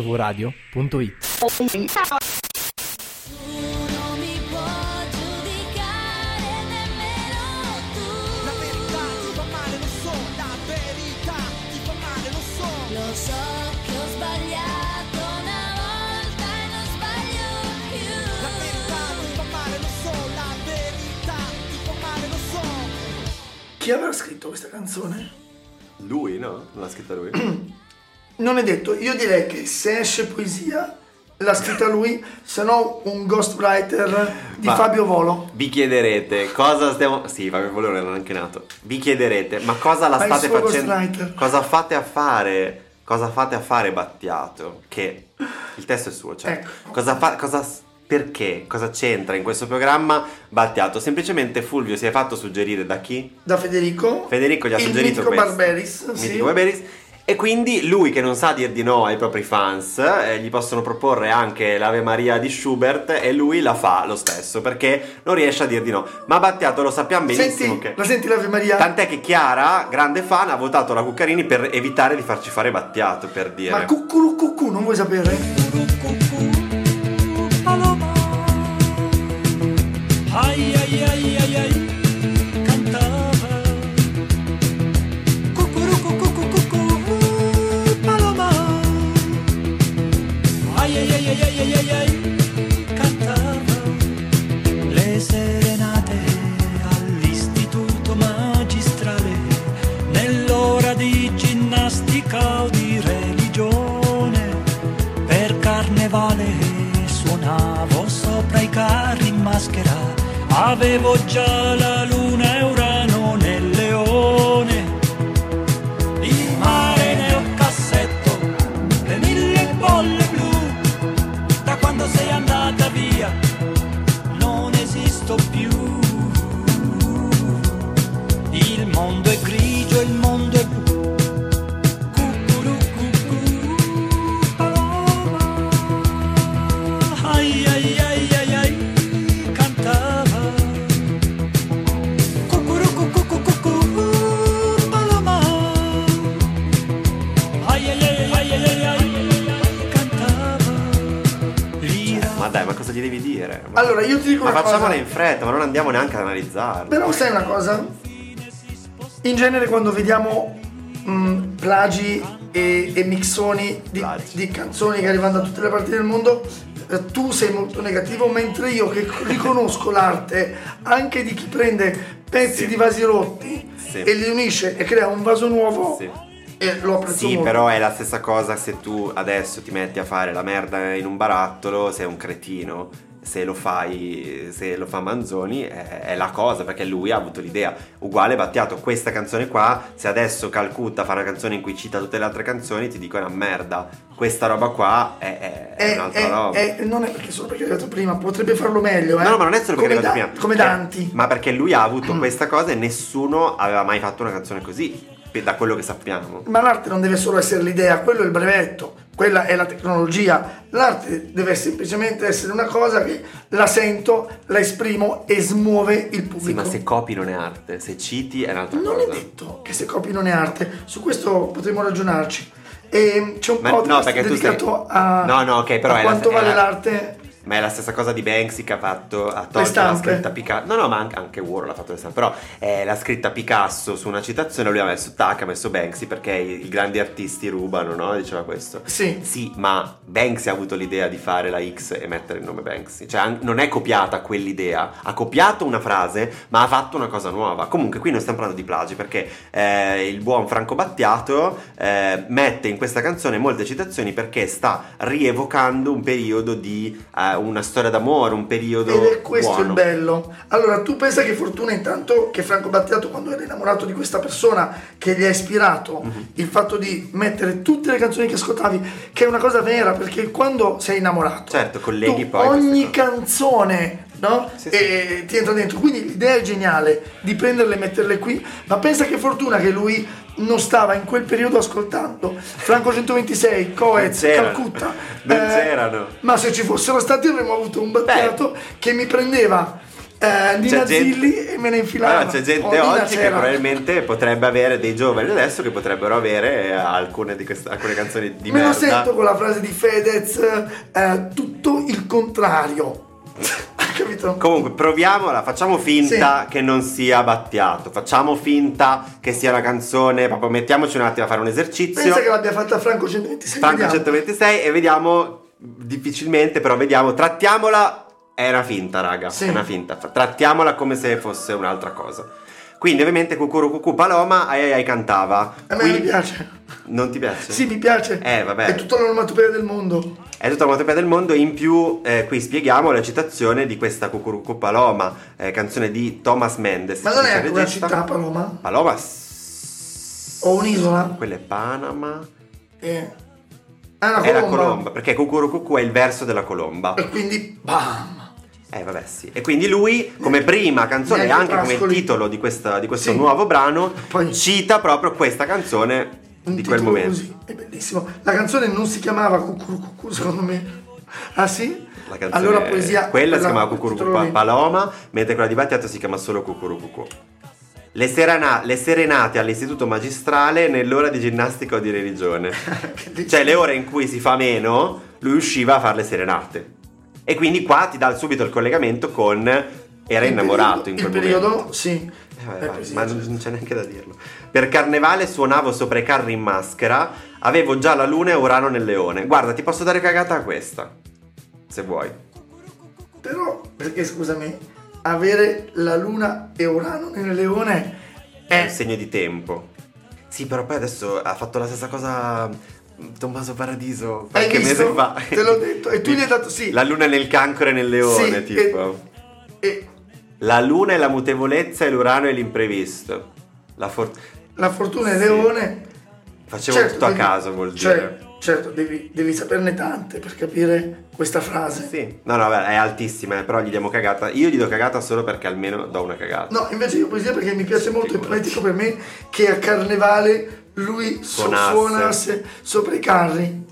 mvradio.it. Tu non mi puoi giudicare nemmeno tu La verità ti fa male, lo so, la verità ti fa male, lo so. Lo so che ho sbagliato una volta e non sbaglio La verità più ti fa male, lo so, la verità ti fa male, lo so. Chi avrà scritto questa canzone? Lui, no? Non l'ha scritta lui? Non è detto, io direi che se esce poesia l'ha scritta lui, se no un ghostwriter di Ma- Fabio Volo. Vi chiederete cosa stiamo. Sì, Fabio Volo non era neanche nato. Vi chiederete, ma cosa la Ma il state suo facendo? ghostwriter. Cosa fate a fare? Cosa fate a fare Battiato? Che il testo è suo, cioè. Ecco. Cosa fa. Cosa. s- Perché? Cosa c'entra in questo programma Battiato? Semplicemente Fulvio si è fatto suggerire da chi? Da Federico. Federico gli ha il suggerito mitico questo. Barberis. Il sì. mitico Barberis. E quindi lui che non sa dir di no ai propri fans, eh, gli possono proporre anche l'Ave Maria di Schubert e lui la fa lo stesso perché non riesce a dir di no. Ma Battiato lo sappiamo benissimo Senti, che... la senti l'Ave Maria? Tant'è che Chiara, grande fan, ha votato la Cuccarini per evitare di farci fare Battiato, per dire. Ma cuccurucucù, non vuoi sapere? Paloma. Ay, ay, ay, ay, ay, cantaba. Cucurucu, cucu, cucu, paloma. Ay, ay, ay, ay, ay, ay, ay, ay, cantava. Le serenate all'istituto magistrale, nell'ora di ginnastica o di religione, per carnevale suonavo sopra i carri in maschera, avevo già la luna e Urano nel leone. Il mare nel cassetto, le mille bolle blu, da quando sei andata via non esisto più. Il mondo è grigio, il mondo è blu. Cucurucucù, paloma. Ai ai ai ai ai, cantava. Cucurucucucucucù, paloma. Ai ai ai ai ai ai, ai, cantava. Lira. Ma dai, ma cosa gli devi dire? Ma- Allora, io ti dico Ma una cosa. facciamola in fretta, ma non andiamo neanche ad analizzarla. Però sai una cosa? In genere quando vediamo mh, plagi e, e mixoni di, Plagi. di canzoni che arrivano da tutte le parti del mondo, eh, tu sei molto negativo, mentre io che riconosco l'arte anche di chi prende pezzi Sì. di vasi rotti Sì. e li unisce e crea un vaso nuovo, Sì. eh, lo apprezzo Sì, molto. però è la stessa cosa se tu adesso ti metti a fare la merda in un barattolo, sei un cretino. Se lo fai, se lo fa Manzoni è, è la cosa perché lui ha avuto l'idea. Uguale Battiato, questa canzone qua, se adesso Calcutta fa una canzone in cui cita tutte le altre canzoni, ti dico è una merda. Questa roba qua è, è- è Eh, un'altra eh, roba. eh, non è perché solo perché l'ho detto prima, potrebbe farlo meglio. Eh? No, no, ma non è solo perché come, l'ho Da- detto prima. come Eh, Danti. ma perché lui ha avuto questa cosa e nessuno aveva mai fatto una canzone così, pe- da quello che sappiamo. Ma l'arte non deve solo essere l'idea, quello è il brevetto, quella è la tecnologia. L'arte deve semplicemente essere una cosa che la sento, la esprimo e smuove Sì, il pubblico. ma se copi non è arte, se citi è un'altra Non cosa. è detto che se copi non è arte, su questo potremmo ragionarci. E c'è un Ma- no, podcast perché tu dedicato stai- a, No, no, ok, però a è la- quanto è vale la- l'arte. Ma è la stessa cosa di Banksy che ha fatto a Tokyo la stampe. scritta Picasso. No, no, ma anche, anche Warhol ha fatto le stampe. Però eh, la scritta Picasso su una citazione lui ha messo tac, ha messo Banksy perché i, i grandi artisti rubano, no? Diceva questo. Sì. Sì, ma Banksy ha avuto l'idea di fare la X e mettere il nome Banksy. Cioè, an- non è copiata quell'idea. Ha copiato una frase, ma ha fatto una cosa nuova. Comunque, qui non stiamo parlando di plagi, perché eh, il buon Franco Battiato eh, mette in questa canzone molte citazioni perché sta rievocando un periodo di eh, una storia d'amore, un periodo. Ed è questo buono. il bello. Allora, tu pensa che fortuna intanto che Franco Battiato, quando era innamorato di questa persona che gli ha ispirato Mhm. il fatto di mettere tutte le canzoni che ascoltavi, che è una cosa vera, perché quando sei innamorato, Certo, colleghi tu poi queste ogni cose. canzone. No? Sì, sì. e ti entra dentro quindi l'idea è geniale di prenderle e metterle qui ma pensa che fortuna che lui non stava in quel periodo ascoltando Franco 126 Coez Non c'erano. Calcutta eh, Non c'erano. ma se ci fossero stati avremmo avuto un battiato che mi prendeva eh, Nina gente- Zilli e me ne infilava. Ah, c'è gente Oh, Nina oggi che c'era. probabilmente potrebbe avere dei giovani adesso che potrebbero avere eh, alcune, di queste, alcune canzoni di Me lo merda. sento con la frase di Fedez, eh, tutto il contrario. Hai capito? Comunque, proviamola, facciamo finta che non sia Battiato, facciamo finta che sia una canzone, proprio mettiamoci un attimo a fare un esercizio. Pensa che l'abbia fatta Franco 126. Franco vediamo. 126 e vediamo, difficilmente però vediamo, trattiamola, è una finta raga, Sì. è una finta, trattiamola come se fosse un'altra cosa. Quindi ovviamente Cucuru Cucù Paloma ai ai ai cantava. A me Qui- mi piace. Non ti piace? Sì, mi piace. Eh, vabbè. È tutta l'onomatopea del mondo. È tutta la motopea del mondo, in più eh, qui spieghiamo la citazione di questa Cucurucu Paloma, eh, canzone di Thomas Mendes. Ma non è il anche una regista. città, Paloma? Paloma? O un'isola? Quella è Panama. Eh. È una È colomba. la colomba, perché Cucurucucù è il verso della colomba. E quindi, bam. Eh vabbè sì. E quindi lui, come prima canzone e Neanche anche come Pascoli. titolo di, questa- di questo Sì. nuovo brano, Poi- cita proprio questa canzone Un di quel titolo momento. Così. È bellissimo. La canzone non si chiamava Cucurucucu, secondo me. Ah sì? La canzone, allora poesia... Quella si chiamava titolo Cucurucupa lì. Paloma, mentre quella di Battiato si chiama solo Cucurucucu. Le, serana- le serenate all'istituto magistrale nell'ora di ginnastica o di religione. Che dici? cioè le ore in cui si fa meno, lui usciva a fare le serenate. E quindi qua ti dà subito il collegamento con era Il innamorato periodo- in quel Il periodo, momento. sì. Eh, vabbè, Eh, vai, sì, ma sì. non non c'è neanche da dirlo. Per carnevale suonavo sopra i carri in maschera, avevo già la luna e Urano nel leone. Guarda, ti posso dare cagata a questa. Se vuoi. Però, perché scusami, avere la luna e Urano nel leone È un è... segno di tempo. Sì, però poi adesso ha fatto la stessa cosa mm, Tommaso Paradiso Hai qualche visto? mese fa. Te l'ho detto. E tu gli hai dato sì. La luna nel cancro e nel leone, Sì, tipo. E, e La luna è la mutevolezza e l'urano è l'imprevisto. La for- la fortuna Sì. e leone... certo, Facevo tutto a devi- caso, vuol cioè, dire. Certo, devi, devi saperne tante per capire questa frase. Sì. No, no, vabbè, è altissima, eh, però gli diamo cagata. Io gli do cagata solo perché almeno do una cagata. No, invece io poesia perché mi piace molto, è Figurati. poetico per me che a carnevale lui so- Suonasse. suonasse, sopra i carri.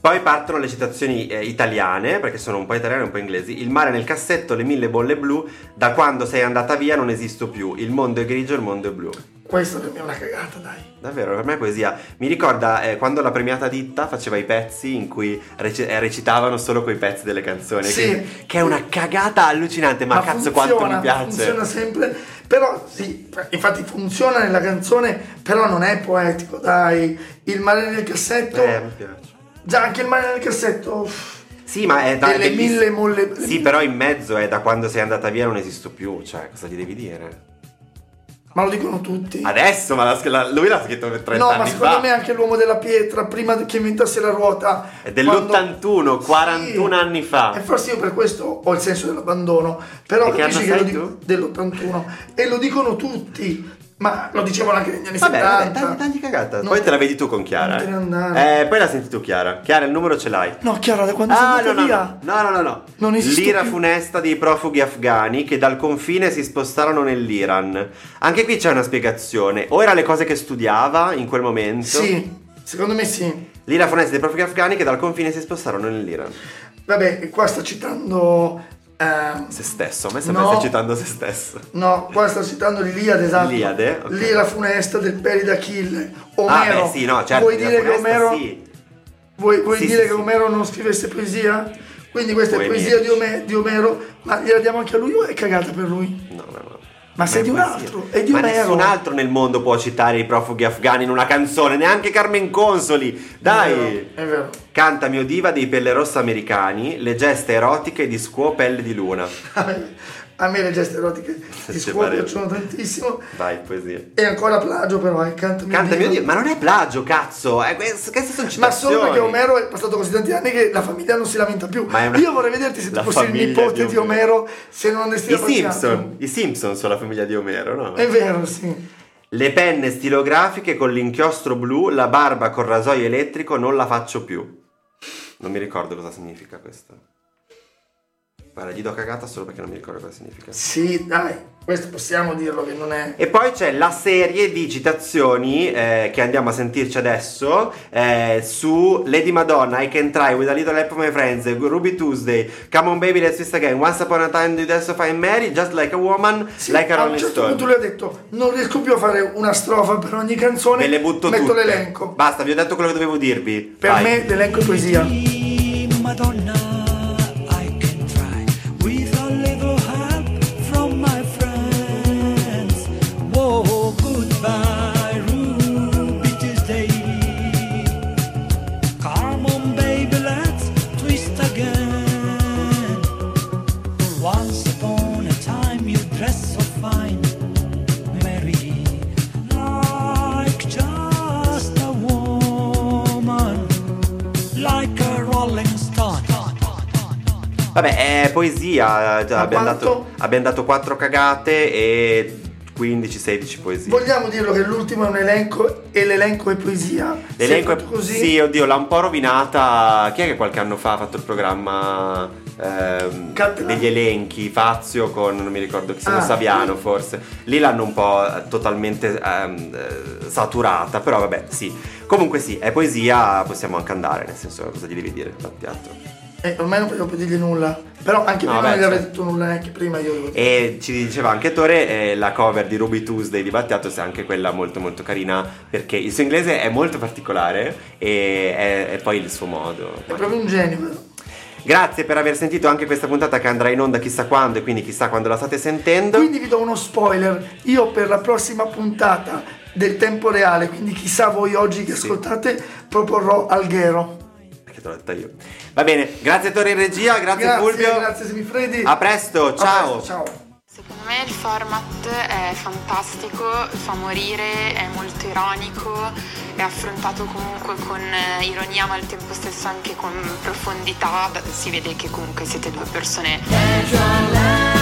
Poi partono le citazioni eh, italiane, perché sono un po' italiane e un po' inglesi. Il mare nel cassetto, le mille bolle blu, da quando sei andata via non esisto più. Il mondo è grigio, il mondo è blu. Questa per me è una cagata, dai. Davvero, per me è poesia. Mi ricorda eh, quando la premiata ditta faceva i pezzi in cui reci- eh, recitavano solo quei pezzi delle canzoni. Sì. quindi- che è una cagata allucinante, Eh, ma, cazzo quanto mi piace. Eh, Funziona sempre, però sì, infatti funziona nella canzone, però non è poetico, dai. Il mare nel cassetto, Eh, mi piace. già anche il mare nel cassetto, uff, Sì, ma è da Delle è belliss- mille molle- Sì, però in mezzo è da quando sei andata via non esisto più, cioè, cosa gli devi dire? ma lo dicono tutti. Adesso, ma la- la- lui l'ha scritto per 30 No, anni ma secondo fa. me anche l'uomo della pietra, prima che inventasse la ruota. È dell'81, 41 anni fa. E forse io per questo ho il senso dell'abbandono. Però Di che capisci anno che lo sei dico tu? dell'81. E lo dicono tutti. Ma lo dicevano anche negli anni Vabbè, vabbè, 70. tagli, tagli cagata. Non Poi te- te la vedi tu con Chiara. non te ne eh. andare. Eh, poi la senti tu Chiara. Chiara, il numero ce l'hai. No, Chiara, da quando Ah, sono no, andata no, via. no, no, no, no, no. Non esisto L'ira più. funesta dei profughi afghani che dal confine si spostarono nell'Iran. Anche qui c'è una spiegazione. O era le cose che studiava in quel momento. Sì, secondo me sì. L'ira funesta dei profughi afghani che dal confine si spostarono nell'Iran. Vabbè, e qua sta citando. ehm, Se stesso, a me sembra No. stia citando se stesso. No, qua sta citando l'Iliade, esatto. L'Iliade, ok. L'ira funesta del peri d'Achille. Omero. Ah, beh, sì, no, certo. Vuoi l'ira dire che funesta, Omero Sì. Vuoi, vuoi Sì, dire sì, che sì. Omero non scrivesse poesia? Quindi questa è Poemia. poesia di, Ome- di Omero, ma gliela diamo anche a lui o è cagata per lui? No, no, no. Ma sei è di un poesia. altro, è di Ma Omero. nessun altro nel mondo può citare i profughi afghani in una canzone, neanche Carmen Consoli. Dai! È vero, È vero. Canta mio diva dei pelle rossa americani, le geste erotiche di squo pelle di luna. A me, a me le geste erotiche di Ci scuola pareva. piacciono tantissimo. Vai, poesia. E ancora plagio però, eh, canta mio Canta mio Dio. diva, ma non è plagio, cazzo! È queste, queste sono Ma citazioni. solo perché Omero è passato così tanti anni che la famiglia non si lamenta più. Ma è una- Io vorrei vederti se tu La fossi il famiglia nipote di di Omero, se non andessi I da qualche altro. Simpson, i Simpson sono la famiglia di Omero, no? È vero, sì. Le penne stilografiche con l'inchiostro blu, la barba col rasoio elettrico, non la faccio più. Non mi ricordo cosa significa questo. Guarda, gli do cagata solo perché non mi ricordo cosa significa. Sì, dai, questo possiamo dirlo che non è... E poi c'è la serie di citazioni eh, che andiamo a sentirci adesso eh, su Lady Madonna, I Can Try, With a Little Help from My Friends, Ruby Tuesday, Come on Baby Let's Twist Again, Once Upon a Time Do That's So Fine Mary, Just Like a Woman, Sì, Like a a un Rolling certo Stone. punto lui ha detto non riesco più a fare una strofa per ogni canzone, Ve le butto metto tutte. l'elenco. Basta, vi ho detto quello che dovevo dirvi. Per Vai. me l'elenco è poesia. Lady Madonna, I can try with a little help from my friends. Whoa, goodbye, Ruby Tuesday. Come on, baby, let's twist again. Once upon a time, you dressed so fine, Mary, like just a woman like a rolling stone. Vabbè, è poesia. già, Ma abbiamo, quanto? dato, abbiamo dato 4 cagate e 15-16 poesie. Vogliamo dirlo che l'ultimo è un elenco e l'elenco è poesia. Se L'elenco è fatto così. Sì, oddio, l'ha un po' rovinata. Chi è che qualche anno fa ha fatto il programma ehm, Catalan. degli elenchi? Fazio con non mi ricordo chi, Simo Ah. Saviano forse. Lì l'hanno un po' eh, totalmente ehm, eh, saturata, però vabbè, sì. Comunque sì, è poesia, possiamo anche andare, nel senso cosa gli devi dire al piatto. Eh, ormai non voglio più dirgli nulla. Però anche No, prima vabbè, cioè. non gli avrei sì. detto nulla neanche prima io. devo dire. E ci diceva anche Tore, eh, la cover di Ruby Tuesday di Battiato è anche quella molto molto carina perché il suo inglese è molto particolare e, è- è poi il suo modo. È proprio un genio, vero? Grazie per aver sentito anche questa puntata che andrà in onda chissà quando e quindi chissà quando la state sentendo. Quindi vi do uno spoiler. Io per la prossima puntata del tempo reale, quindi chissà voi oggi che ascoltate, proporrò Alghero. Perché te l'ho detta io. Va bene, grazie Tore in regia, grazie, Grazie, Fulvio. grazie Semifredi. A presto, A ciao. presto, ciao. Secondo me il format è fantastico, fa morire, è molto ironico, è affrontato comunque con eh, ironia ma al tempo stesso anche con profondità, si vede che comunque siete due persone